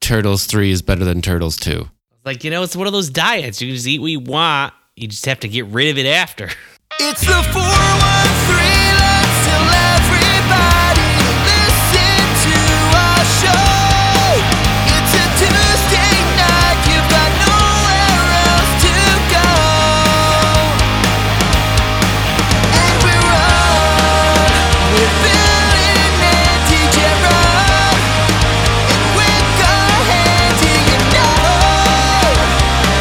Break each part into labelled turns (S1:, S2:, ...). S1: Turtles 3 is better than Turtles 2.
S2: Like, you know, it's one of those diets. You can just eat what you want. You just have to get rid of it after.
S3: It's the 413. Let's tell everybody to listen to our show. It's a Tuesday night. You've got nowhere else to go. And we're on with Bill and Andy Gerard. And we're gonna hand you your know.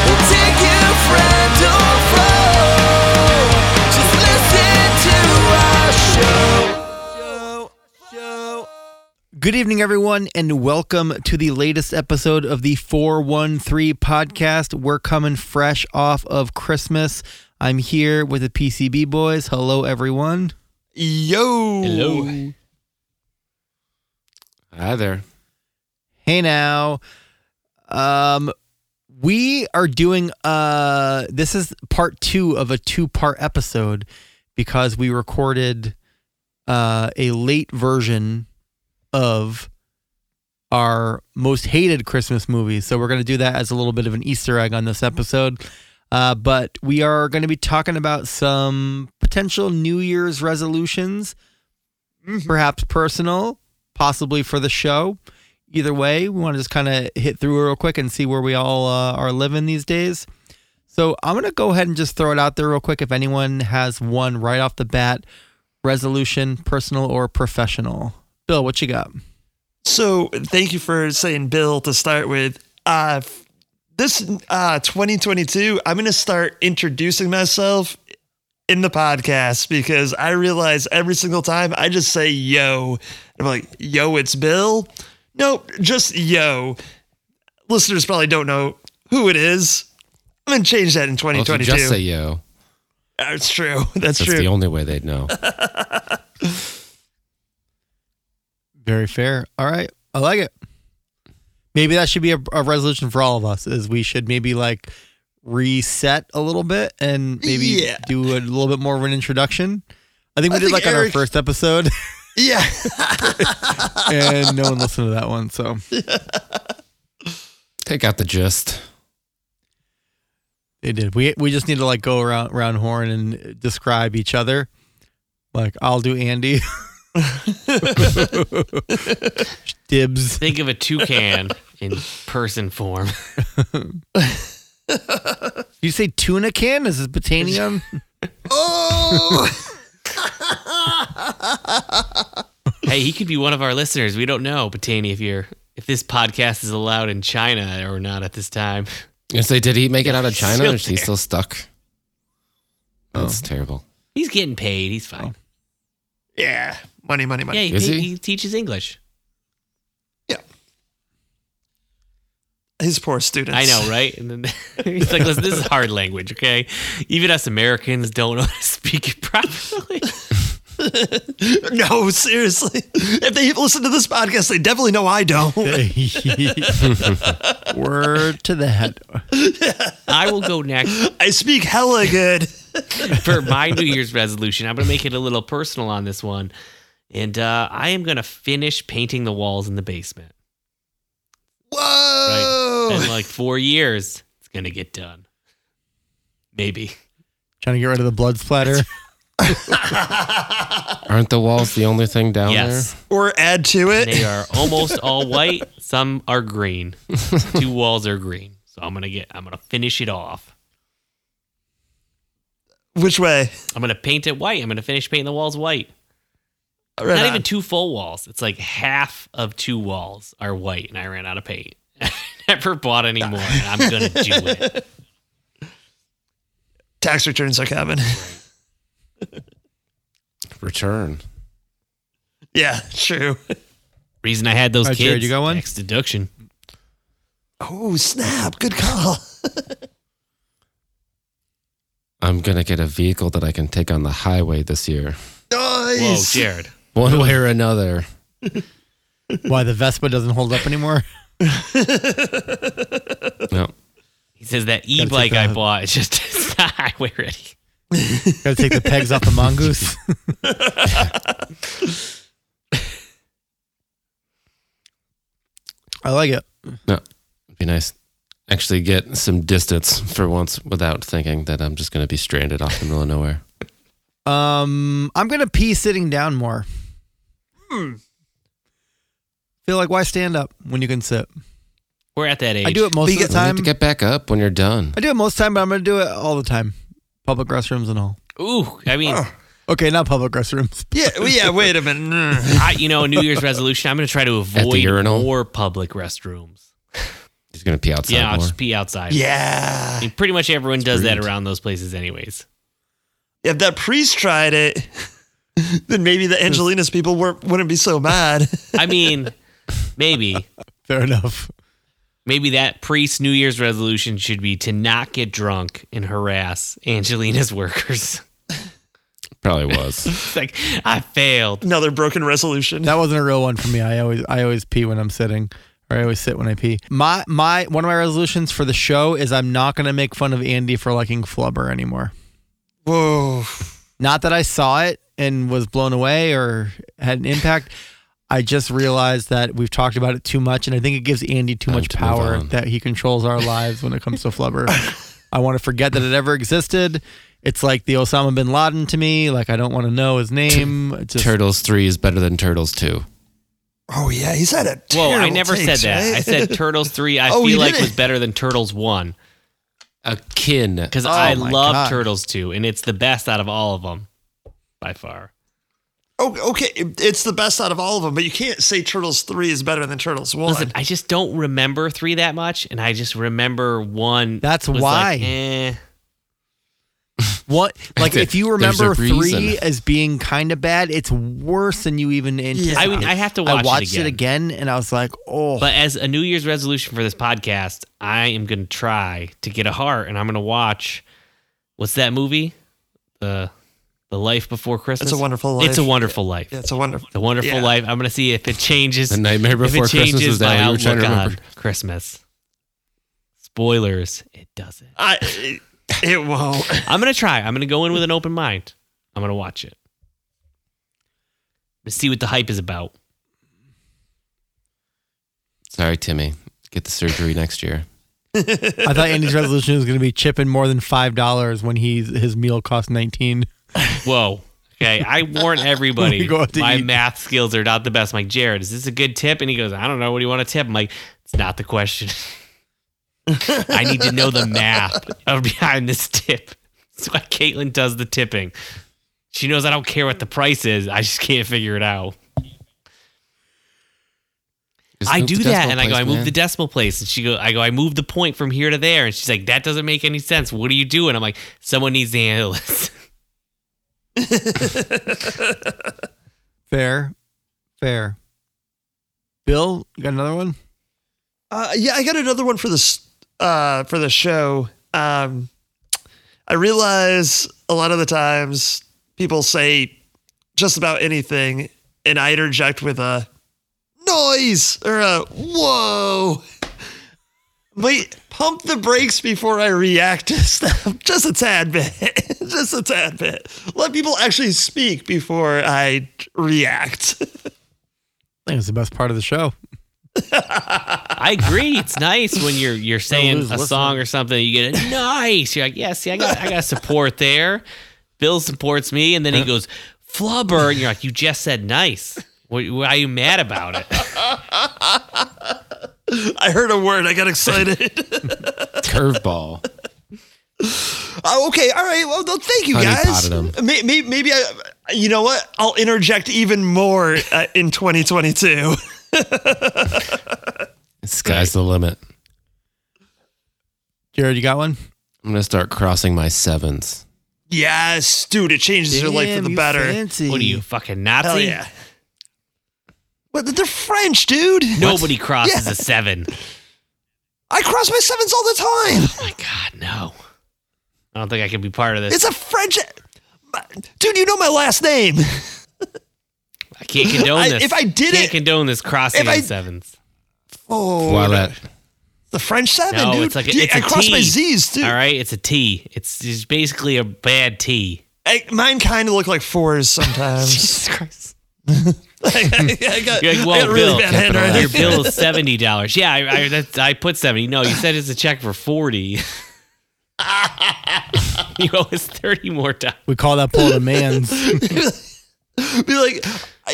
S3: We'll take you friend or foe. Just listen to our show. Show.
S4: Good evening, everyone, and welcome to the latest episode of the 413 podcast. We're coming fresh off of Christmas. I'm here with the PCB boys. Hello, everyone.
S3: Yo.
S2: Hello.
S1: Hi there.
S4: Hey now. Um we are doing uh this is part 2 of a two-part episode because we recorded uh a late version of our most hated Christmas movies. So we're going to do that as a little bit of an Easter egg on this episode. Uh, but we are going to be talking about some potential New Year's resolutions, perhaps personal, possibly for the show either way, we want to just kind of hit through real quick and see where we all uh, are living these days. So I'm going to go ahead and just throw it out there real quick. If anyone has one right off the bat, resolution, personal or professional. Bill, what you got?
S5: So thank you for saying Bill to start with. Uh, f- this uh, 2022, I'm going to start introducing myself in the podcast because I realize every single time I just say yo. I'm like, yo, it's Bill. Nope, just yo. Listeners probably don't know who it is. I'm going to change that in
S1: Well, if you
S5: 2022.
S1: Oh, just say yo,
S5: That's true. That's,
S1: that's
S5: true.
S1: the only way they'd know.
S4: Very fair. All right. I like it. Maybe that should be a, a resolution for all of us is we should maybe like reset a little bit and maybe
S5: Yeah.
S4: do a little bit more of an introduction. I think we
S5: I
S4: did
S5: think
S4: like on our
S5: Eric-
S4: first episode
S5: yeah.
S4: and no one listened to that one. So
S1: Take out the gist.
S4: They did. We we just need to like go around round horn and describe each other. Like I'll do Andy. Dibs.
S2: Think of a toucan in person form.
S4: You say tuna can? Is this botanium?
S5: oh.
S2: Hey, he could be one of our listeners. We don't know, Batani, if you're if this podcast is allowed in China or not at this time.
S1: And say, did he make it out of China?
S2: Still
S1: Is he
S2: there.
S1: still stuck? That's terrible.
S2: He's getting paid. He's fine.
S5: Yeah. Money, money, money.
S2: yeah, he,
S1: Oh, Is
S2: pa-
S1: he?
S2: he teaches English.
S5: His poor students.
S2: I know, right? And then he's like, "Listen, this is hard language, okay? Even us Americans don't know how to speak it properly."
S5: No, seriously. If they listen to this podcast, they definitely know I don't.
S4: Word to the head.
S2: I will go next
S5: I speak hella good.
S2: for my New Year's resolution. I'm going to make it a little personal on this one, and uh, I am going to finish painting the walls in the basement.
S5: Whoa.
S2: In like four years, it's going to get done. Maybe.
S4: Trying to get rid of the blood splatter.
S1: Aren't the walls the only thing down
S2: yes.
S5: Or add to it.
S2: They are almost all white. Some are green. Two walls are green. So I'm gonna get. I'm gonna finish it off.
S5: Which way?
S2: I'm gonna paint it white. I'm gonna finish painting the walls white.
S5: Right
S2: Not
S5: on.
S2: even two full walls. It's like half of two walls are white, and I ran out of paint. I never bought any more. And I'm gonna do it.
S5: Tax returns are coming.
S1: there? Return.
S5: Yeah, true.
S2: Reason I had those
S4: All right,
S2: kids.
S4: Jared, you got one?
S2: Tax deduction.
S5: Oh, snap. Good call.
S1: I'm going to get a vehicle that I can take on the highway this year,
S2: Whoa,
S5: Nice.
S2: Jared.
S1: one way or another.
S4: Why the Vespa doesn't hold up anymore?
S1: No.
S2: He says that e-bike I
S4: that.
S2: bought is just it's not highway ready.
S4: Gotta take the pegs off the mongoose. I like it.
S1: No, it'd be nice. Actually, get some distance for once without thinking that I'm just going to be stranded off in the middle of nowhere.
S4: Um, I'm gonna pee sitting down more. Feel like why stand up when you can sit?
S2: We're at that age.
S4: I do it most
S1: But
S4: of
S1: you get-
S4: the
S1: you have
S4: time.
S1: to get back up when you're done.
S4: I do it most time, but I'm gonna do it all the time. Public restrooms and all.
S2: Ooh, I mean,
S4: Okay, not public restrooms.
S5: Yeah, well, yeah. Wait a minute. Mm.
S2: I, you know, a New Year's resolution. I'm going to try to
S1: the
S2: avoid
S1: urinal?
S2: more public restrooms.
S1: Just going to pee outside
S2: yeah, I'll
S1: more.
S2: just pee outside.
S5: Yeah.
S2: I mean, pretty much everyone does that
S1: rude.
S2: around those places, anyways.
S5: If that priest tried it, then maybe the Angelina's people weren't, wouldn't be so mad.
S2: I mean, maybe,
S4: Fair enough.
S2: maybe that priest New Year's resolution should be to not get drunk and harass Angelina's workers.
S1: Probably was.
S2: It's like I failed.
S5: Another broken resolution.
S4: That wasn't a real one for me. I always I always pee when I'm sitting, or I always sit when I pee. My my one of my resolutions for the show is I'm not gonna make fun of Andy for liking Flubber anymore.
S5: Whoa.
S4: Not that I saw it and was blown away or had an impact. I just realized that we've talked about it too much, and I think it gives Andy too
S1: Time
S4: much
S1: to move
S4: power
S1: on.
S4: that he controls our lives when it comes to flubber. I want to forget that it ever existed. It's like the Osama bin Laden to me. Like I don't want to know his name. It Just,
S1: Turtles 3 is better than Turtles 2.
S5: Oh yeah, he's had a.
S2: Whoa, I
S5: terrible
S2: never
S5: takes,
S2: said that.
S5: right?
S2: I said Turtles 3 I
S5: Oh, you
S2: feel like
S5: did it.
S2: was better than Turtles 1
S1: Akin.
S2: cuz
S4: Oh
S2: I
S4: my
S2: love
S4: God.
S2: Turtles 2 and it's the best out of all of them by far.
S5: Oh, okay. It's the best out of all of them, but you can't say Turtles three is better than Turtles one.
S2: Listen, I just don't remember 3 that much and I just remember 1
S4: That's
S2: was
S4: why.
S2: like, eh.
S4: What like if you
S1: There's
S4: remember
S1: a
S4: three
S1: reason.
S4: as being kind of bad, it's worse than you even anticipated.
S2: I mean, I have to
S4: I
S2: watch
S4: watched it again. and I was like, oh,
S2: But as a New Year's resolution for this podcast, I am going to try to get a heart and I'm going to watch what's that movie? The The Life Before Christmas.
S5: It's a Wonderful
S2: It's a
S5: Life.
S2: Wonderful Life.
S5: yeah, it's a wonderful.
S2: The Wonderful
S5: yeah.
S2: Life. I'm going to see if it changes
S1: The Nightmare
S2: if
S1: Before
S2: it changes
S1: Christmas is
S2: my
S1: that. You were
S2: outlook
S1: trying to
S2: on
S1: remember.
S2: Christmas. Spoilers, it doesn't.
S5: I. It, it won't.
S2: I'm gonna try. I'm gonna go in with an open mind. I'm gonna watch it. Let's see what the hype is about.
S1: Sorry, Timmy. Get the surgery next year.
S4: I thought Andy's resolution was going to be chipping more than five dollars when he's his meal cost nineteen.
S2: Whoa. Okay, I warn everybody.
S4: We go out to
S2: my
S4: eat.
S2: math skills are not the best. I'm like, Jared, is this a good tip? And he goes, I don't know. What do you want to tip? I'm like, it's not the question. I need to know the math of behind this tip. That's why Caitlin does the tipping. She knows I don't care what the price is. I just can't figure it out.
S1: Just
S2: I
S1: move
S2: do
S1: the
S2: that,
S1: decimal
S2: and I go,
S1: place,
S2: I move
S1: man.
S2: the decimal place, and she go, I go, I move the point from here to there, and she's like, that doesn't make any sense. What do you do? And I'm like, someone needs to handle this.
S4: Fair, fair. Bill, you got another one?
S5: Uh, yeah, I got another one for this uh, for the show. Um, I realize a lot of the times people say just about anything, and I interject with a noise or a whoa. Wait, pump the brakes before I react to stuff. Just a tad bit. just a tad bit. Let people actually speak before I react.
S4: I think it's the best part of the show.
S2: I agree. It's nice when you're you're saying
S4: lose
S2: a
S4: listener.
S2: song or something, you get it nice. You're like, yeah, see, I got I got support there. Bill supports me, and then he goes flubber, and you're like, you just said nice. Why, why are you mad about it?
S5: I heard a word. I got excited.
S1: curveball.
S5: Oh, okay. All right. Well, no, thank you,
S1: Honey
S5: guys.
S1: potted
S5: Maybe, maybe, maybe I, you know what? I'll interject even more uh, in 2022.
S1: Sky's the limit.
S4: Jared, you got one?
S1: I'm gonna start crossing my sevens.
S5: yes, dude. It changes your life for the better.
S2: What are you fucking
S5: Hell
S2: Nazi?
S5: yeah. But they're French, dude.
S2: Nobody crosses a seven.
S5: I cross my sevens all the time.
S2: My God, no. I don't think I can be part of this.
S5: It's a French. Dude, you know my last name.
S2: I can't condone
S5: I-
S2: this.
S5: if I did
S2: can't
S5: it-
S2: condone this crossing
S5: if I-
S2: on sevens.
S5: Oh,
S1: Wow, that
S5: the French seven,
S2: No,
S5: dude.
S2: it's like a-
S5: Dude,
S2: it's
S5: I
S2: a
S5: cross my
S2: T.
S5: Z's, dude.
S2: All right, it's a T. It's, it's basically a bad T.
S5: I, mine kind of look like fours sometimes.
S2: Christ.
S5: I, got,
S2: You're like,
S5: I
S2: well,
S5: got really
S2: Bill,
S5: bad handwriting.
S2: your bill is seventy dollars. Yeah, I I, that's, I put seventy. No, you said it's a check for forty. you owe us thirty more dollars.
S4: We call that pulling a man's.
S5: Be like,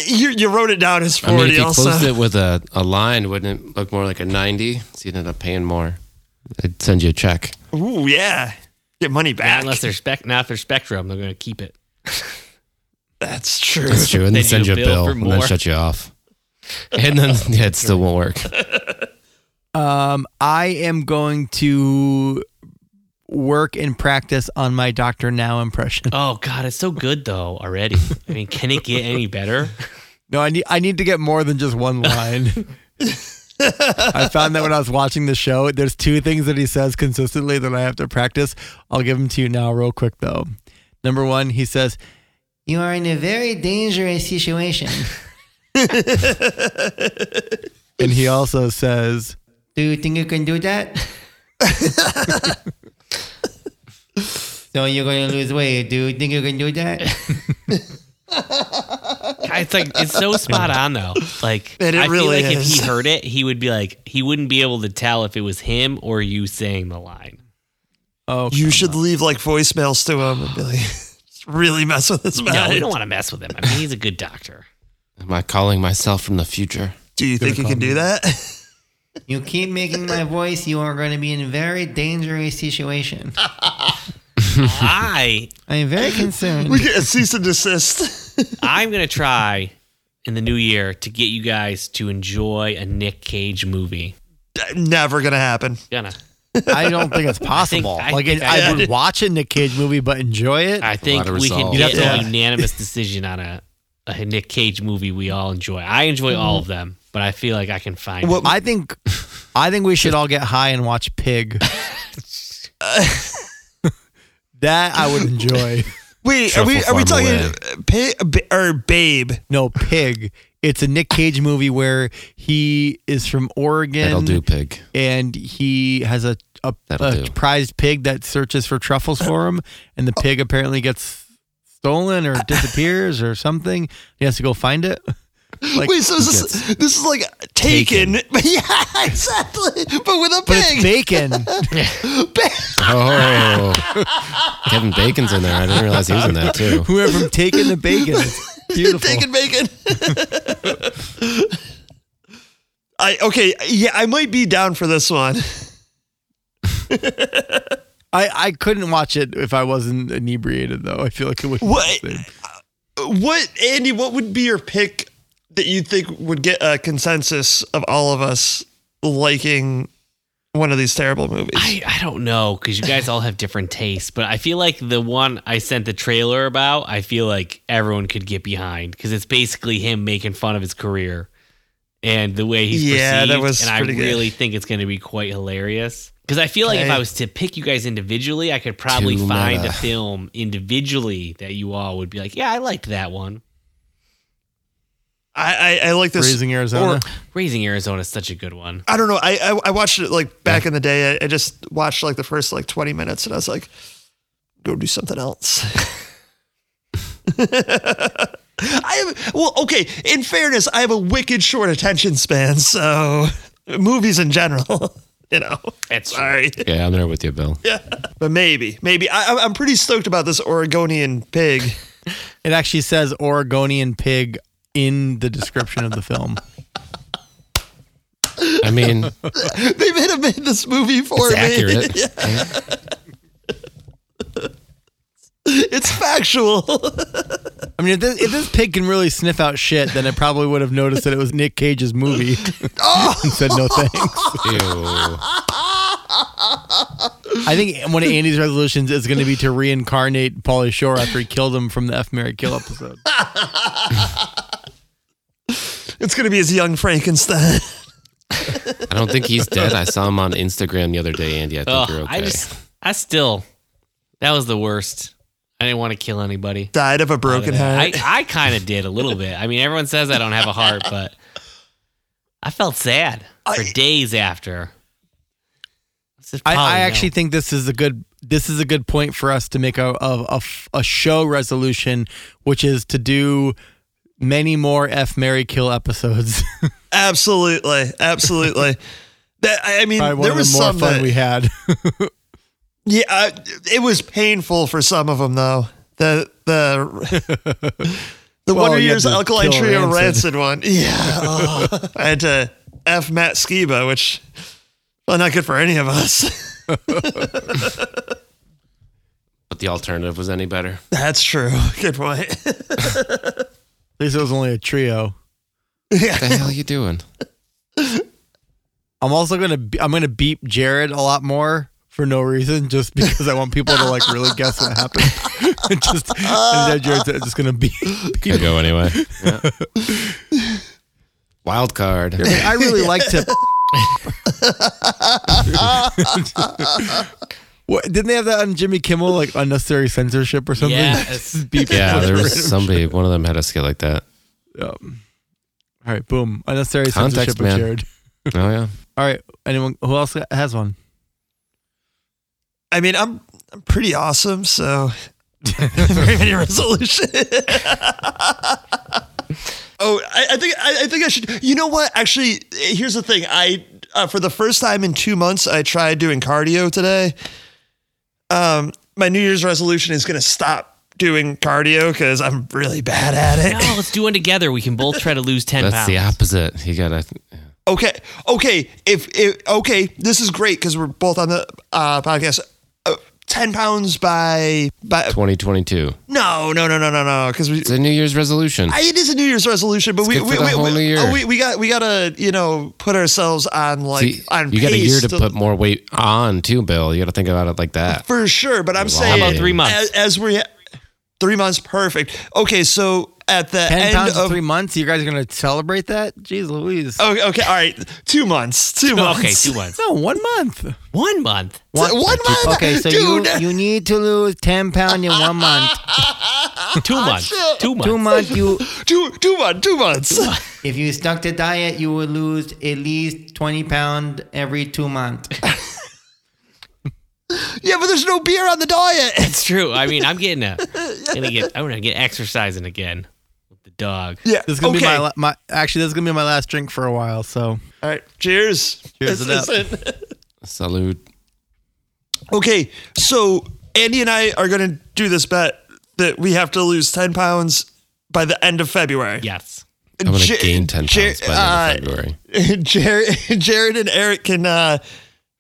S5: you, you wrote it down as
S1: I mean, if
S5: 40
S1: you
S5: also.
S1: closed it with a, a line, wouldn't it look more like a 90? So you'd end up paying more. I'd send you a check.
S5: Ooh, yeah. Get money
S2: Not
S5: back.
S2: unless they're spec, not if they're Spectrum, they're going to keep it.
S5: That's true.
S1: That's true. And
S2: Then
S1: then send
S2: you
S1: you a
S2: bill
S1: bill
S2: for
S1: and then
S2: more.
S1: shut you off. And then yeah, it still won't work.
S4: Um, I am going to work and practice on my Doctor Now impression.
S2: Oh God, it's so good though already. I mean, can it get any better?
S4: No, I need I need to get more than just one line. I found that when I was watching the show, there's two things that he says consistently that I have to practice. I'll give them to you now, real quick though. Number one, he says, "You are in a very dangerous situation," and he also says, "Do you think you can do that?" so you're going to lose weight. Do you think you can do that?
S2: It's like it's so spot on though. Like
S5: And it
S2: I feel
S5: really
S2: like if
S5: is.
S2: he heard it, he would be like, he wouldn't be able to tell if it was him or you saying the line.
S4: Oh,
S5: You should leave like voicemails to him and be like, "Just really mess with his
S2: No,
S5: mind.
S2: we don't want to mess with him. I mean, he's a good doctor.
S1: Am I calling myself from the future?
S5: Do you think you can do that?
S4: You keep making my voice, you are going to be in a very dangerous situation.
S2: I
S4: I am very concerned.
S5: we get a cease and desist.
S2: I'm gonna try in the new year to get you guys to enjoy a Nick Cage movie.
S5: Never gonna happen.
S2: Gonna.
S4: I don't think it's possible.
S2: I
S4: like,
S2: think
S4: I,
S2: I-
S4: would watch a Nick Cage movie, but enjoy it.
S2: I think
S1: of
S2: we can
S1: resolve.
S2: get
S5: Yeah.
S2: a unanimous decision on a, a Nick Cage movie we all enjoy. I enjoy all of them, but I feel like I can find.
S5: What-
S4: I think, I think we should all get high and watch Pig. that I would enjoy.
S5: Wait, are we are
S1: Truffle
S5: we
S1: farm
S5: talking
S1: away.
S5: uh, pa- b- or Babe?
S4: No, Pig. It's a Nick Cage movie where he is from Oregon.
S1: That'll do, pig.
S4: and he has a a,
S1: That'll
S4: a
S1: do.
S4: prized pig that searches for truffles for him, and the pig apparently gets stolen or disappears or something. He has to go find it. Like,
S5: Wait, so is this this is like Taken? yeah, exactly. But with a
S4: but it's
S5: pig.
S4: bacon.
S1: Oh, Kevin Bacon's in there. I didn't realize he was in that too.
S4: We went from taking the bacon. It's beautiful.
S5: Taken bacon. I okay. Yeah, I might be down for this one.
S4: I I couldn't watch it if I wasn't inebriated though. I feel like it would.
S5: What? What Andy? What would be your pick that you think would get a consensus of all of us liking one of these terrible movies?
S2: I, I don't know because you guys all have different tastes, but I feel like the one I sent the trailer about, I feel like everyone could get behind because it's basically him making fun of his career and the way he's
S5: Yeah, that
S2: perceived,
S5: was
S2: and I
S5: pretty good.
S2: really think it's going to be quite hilarious. Because I feel like if
S5: Okay.
S2: I was to pick you guys individually, I could probably
S1: Too
S2: find
S1: meta.
S2: a film individually that you all would be like, yeah, I liked that one.
S5: I, I, I like this.
S4: Raising Arizona.
S5: or-
S2: Raising Arizona is such a good one.
S5: I don't know. I, I I watched it like back in the day. I, I just watched like the first like twenty minutes, and I was like, go do something else. I have well, okay. In fairness, I have a wicked short attention span, so movies in general, you know.
S2: That's
S5: Sorry,
S1: Yeah, I'm there with you, Bill.
S5: but maybe, maybe I, I'm- I'm pretty stoked about this Oregonian pig.
S4: It actually says Oregonian pig in the description of the film.
S1: I mean,
S5: They might have made this movie for
S1: it's
S5: me.
S1: accurate.
S5: It's factual.
S4: I mean, if this, if this pig can really sniff out shit, then I probably would have noticed that it was Nick Cage's movie
S5: Oh!
S4: and said no thanks.
S1: Ew.
S4: I think one of Andy's resolutions is going to be to reincarnate Paulie Shore after he killed him from the F Mary Kill episode.
S5: it's gonna be his young Frankenstein.
S1: I don't think he's dead. I saw him on Instagram the other day, Andy. I think
S2: Oh,
S1: you're okay.
S2: I just, I still, that was the worst. I didn't want to kill anybody.
S5: Died of a broken heart.
S2: I, I kind of did a little bit. I mean, everyone says I don't have a heart, but I felt sad for
S5: I-
S2: days after. This is
S4: I,
S2: probably
S4: I
S2: no.
S4: actually think this is a good this is a good point for us to make a a, a f- a show resolution, which is to do many more F Mary Kill episodes.
S5: Absolutely, absolutely. that I I mean,
S4: Probably one
S5: there
S4: of the
S5: was
S4: more
S5: some
S4: fun
S5: that-
S4: we had.
S5: yeah, I, it was painful for some of them though. The the the
S4: Well,
S5: Wonder
S4: you had
S5: Years
S4: to
S5: Alkaline
S4: kill
S5: Trio
S4: Rancid.
S5: Rancid one. Yeah, oh. I had to f Matt Skiba, which well, not good for any of us.
S1: But the alternative was any better.
S5: That's true. Good point.
S4: At least it was only a trio.
S1: What the hell are you doing?
S4: I'm also gonna be- I'm gonna beep Jared a lot more for no reason, just because I want people to like really guess what happened. just and then Jared's just gonna be.
S1: Gotta go anyway. Wild card.
S4: I really like to. what, didn't they have that on Jimmy Kimmel, like unnecessary censorship or something?
S2: Yes.
S4: Beep.
S1: Yeah, there was somebody. One of them had a skill like that.
S4: Um, all right, boom. Unnecessary
S1: Context,
S4: censorship of
S1: man.
S4: Jared.
S1: Oh yeah.
S4: All right, anyone who else has one?
S5: I mean, I'm I'm pretty awesome, so very many resolution. oh, I, I think I, I think I should. You know what? Actually, here's the thing. I uh, for the first time in two months, I tried doing cardio today. Um, my New Year's resolution is gonna stop doing cardio because I'm really bad at it.
S2: No, let's do one together. We can both try to lose 10
S1: That's
S2: pounds.
S1: the opposite. You gotta.
S5: Okay. Okay. If, if okay, this is great because we're both on the uh, podcast. Uh, Ten pounds by by
S1: 2022.
S5: no no no no no no because we
S1: It's a New Year's resolution.
S5: I, it is a New Year's resolution, but we
S1: good for
S5: we,
S1: the
S5: we,
S1: whole
S5: we,
S1: new year.
S5: oh, we we got we gotta you know put ourselves on like
S1: See,
S5: on
S1: you got a
S5: pace
S1: year to put more weight on too, Bill. You got to think about it like that.
S5: for sure. But I'm
S1: How
S5: saying
S1: about
S2: three months?
S5: as, as we three months perfect. Okay, so at the
S4: Ten
S5: end
S4: pounds in
S5: of
S4: three months. You guys are gonna celebrate that? Jeez, Louise.
S5: okay, okay, all right, two months, two months.
S2: Okay, two months.
S4: Oh, No, one month.
S2: One month.
S5: One, month.
S4: Okay, so
S5: dude.
S4: you you need to lose ten pound in one month.
S2: Two months. Two months.
S4: Two months, you
S5: two two months. Two months.
S4: if you stuck to diet, you would lose at least twenty pound every two months.
S5: yeah, but there's no beer on the diet.
S2: It's true. I mean, I'm getting a, gonna get, I'm gonna get exercising again with the dog.
S5: yeah.
S4: This is gonna be
S5: okay.
S4: my la- my actually this is gonna be my last drink for a while. So
S5: All right. Cheers.
S4: Cheers it up.
S1: Salute.
S5: Okay, so Andy and I are going to do this bet that we have to lose 10 pounds by the end of February.
S2: Yes.
S1: I'm gonna
S5: J-
S1: gain 10
S5: J- uh,
S1: pounds by the end of February.
S5: Jared, Jared and Eric can uh,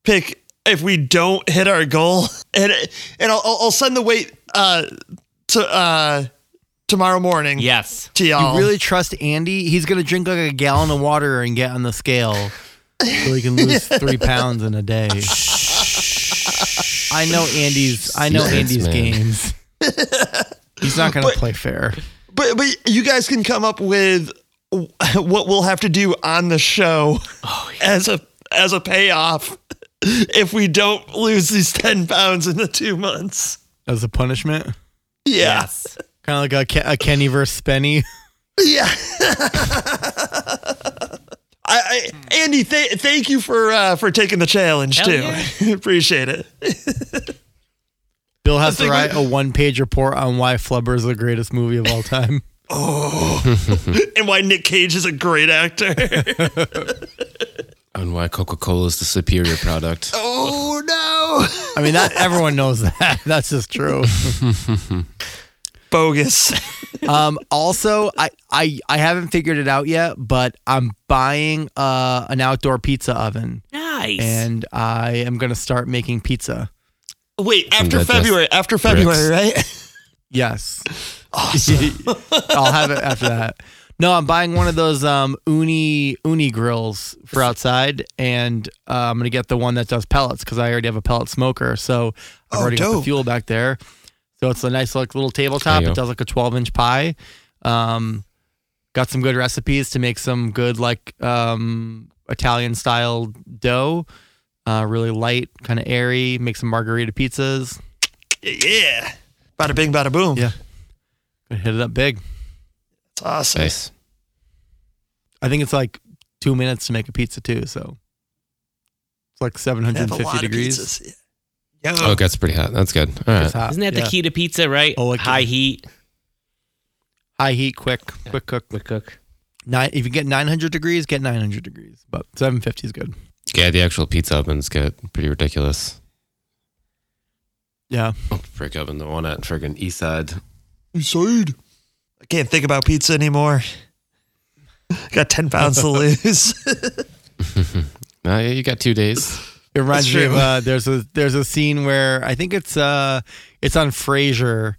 S5: pick if we don't hit our goal, and and I'll, I'll I'll send the weight uh, to uh, tomorrow morning.
S2: Yes.
S5: to y'all.
S4: you really trust Andy? He's gonna drink like a gallon of water and get on the scale so he can lose three pounds in a day. I know Andy's. I know
S1: Yes,
S4: Andy's
S1: man.
S4: games. He's not gonna play fair.
S5: but but you guys can come up with what we'll have to do on the show as a as a payoff if we don't lose these 10 pounds in the two months
S4: as a punishment.
S5: yeah
S2: Yes.
S4: Kind of like a, Ke- a Kenny versus Spenny.
S5: yeah I, I, Andy, th- thank you for uh, for taking the challenge
S2: Hell
S5: too.
S2: yeah.
S5: Appreciate it.
S4: Bill has to
S5: think
S4: write a one page report on why Flubber is the greatest movie of all time.
S5: And why Nick Cage is a great actor.
S1: And why Coca Cola is the superior product.
S5: oh no,
S4: I mean, not everyone knows that. That's just true.
S5: bogus.
S4: Um, also, I, I I haven't figured it out yet, but I'm buying uh, an outdoor pizza oven,
S2: Nice.
S4: and I am gonna start making pizza.
S5: Wait, after
S1: that just
S5: February, after February, right?
S4: Yes, I'll have it after that. No, I'm buying one of those um, uni uni grills for outside, and uh, I'm gonna get the one that does pellets because I already have a pellet smoker, so I've
S5: Oh,
S4: already got the
S5: dope.
S4: fuel back there. So it's a nice like little tabletop.
S1: Ayo.
S4: It does like a 12 inch pie. Um, got some good recipes to make some good like um, Italian style dough. Uh, really light, kind of airy. Make some margarita pizzas.
S5: yeah. Bada bing, bada boom.
S4: Yeah. Gonna hit it up big.
S5: It's awesome.
S1: Nice.
S4: I think it's like two minutes to make a pizza too. So it's like
S5: They have a
S4: 750
S5: lot of
S4: degrees.
S5: pizzas. Yeah.
S1: Oh, that's pretty hot. That's good. All right.
S4: It's hot,
S2: Isn't that
S4: yeah.
S2: the key to pizza, right?
S4: Oh, like-
S2: High heat.
S4: High heat, quick, quick cook.
S2: Quick cook.
S4: Nine. If you get 900 degrees, get 900 degrees. But 750 is good.
S1: Yeah, the actual pizza ovens get pretty ridiculous.
S4: Yeah.
S1: Oh, brick oven, the one at friggin' East Side.
S5: Inside. I can't think about pizza anymore. Got 10 pounds to lose.
S1: Uh, yeah, you got two days.
S4: It reminds
S5: That's
S4: me of
S5: true.
S4: uh, there's a there's a scene where I think it's uh it's on Frasier,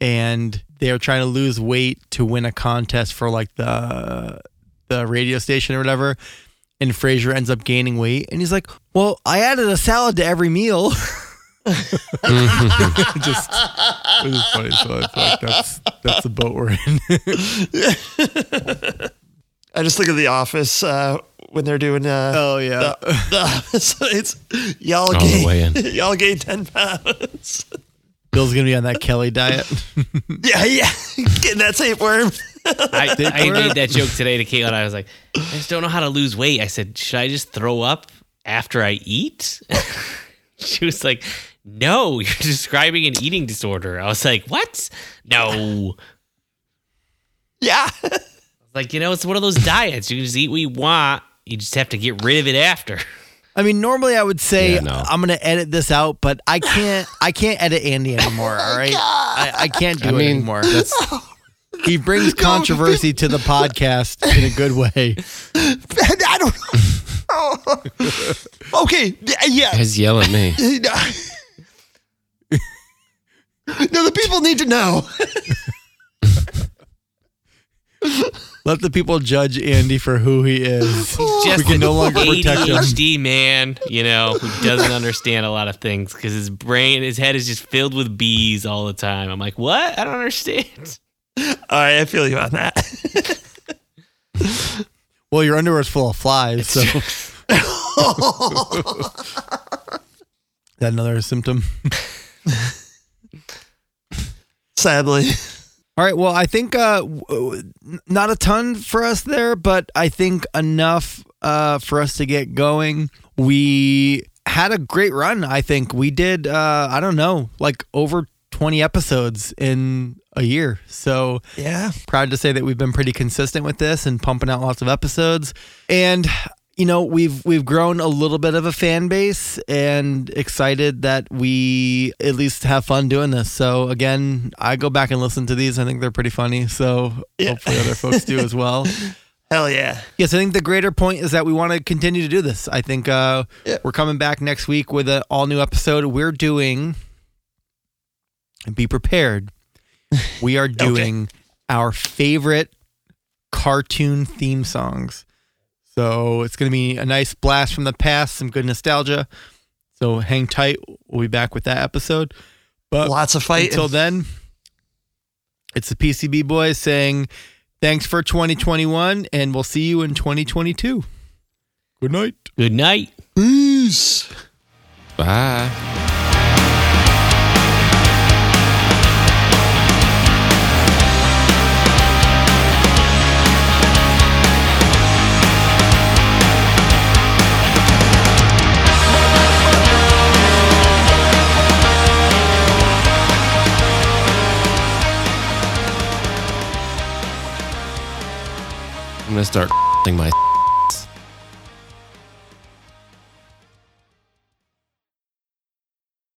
S4: and they're trying to lose weight to win a contest for like the the radio station or whatever, and Frasier ends up gaining weight, and he's like, "Well, I added a salad to every meal." just it was funny. So it's like that's that's the boat we're in.
S5: I just think of The Office uh, when they're doing uh,
S4: oh yeah,
S5: The Office. It's y'all
S1: the way
S5: gain,
S1: in.
S5: y'all gain 10 pounds.
S4: Bill's gonna be on that Kelly diet.
S5: yeah, yeah. Getting that tapeworm.
S2: I, I
S4: Dick
S2: made
S4: worm.
S2: that joke today to Caitlin. I was like, I just don't know how to lose weight. I said, should I just throw up after I eat? she was like, no, you're describing an eating disorder. I was like, what? No.
S5: Yeah.
S2: Like, you know, it's one of those diets. You can just eat what you want. You just have to get rid of it after.
S4: I mean, normally I would say
S1: Yeah, no.
S4: I'm gonna edit this out, but I can't. I can't edit Andy anymore. All right, I, I can't do
S1: I
S4: it
S1: mean,
S4: anymore. he brings controversy to the podcast in a good way.
S5: I don't okay. Yeah.
S1: Guys yell at me.
S5: no, the people need to know.
S4: Let the people judge Andy for who he is.
S2: Just
S4: we can no longer protect him.
S2: ADHD man, you know, who doesn't understand a lot of things because his brain, his head is just filled with bees all the time. I'm like, what? I don't understand.
S5: All right, I feel you on that.
S4: Well, your underwear's full of flies, so is that another symptom.
S5: Sadly.
S4: All right. Well, I think uh, w- w- not a ton for us there, but I think enough uh, for us to get going. We had a great run. I think we did. Uh, I don't know, like over twenty episodes in a year. So
S5: Yeah.
S4: proud to say that we've been pretty consistent with this and pumping out lots of episodes. And you know, we've we've grown a little bit of a fan base and excited that we at least have fun doing this. So again, I go back and listen to these. I think they're pretty funny. So hopefully other folks do as well.
S5: Hell yeah.
S4: Yes, I think the greater point is that we want to continue to do this. I think uh,
S5: Yeah.
S4: we're coming back next week with an all new episode. We're doing, and be prepared, we are doing our favorite cartoon theme songs. So it's going to be a nice blast from the past, some good nostalgia. So hang tight. We'll be back with that episode. But
S5: Lots of fight.
S4: until then, it's the PCB boys saying thanks for 2021 and we'll see you in 2022. Good night.
S2: Good night.
S5: Peace.
S1: Bye. I'm gonna start my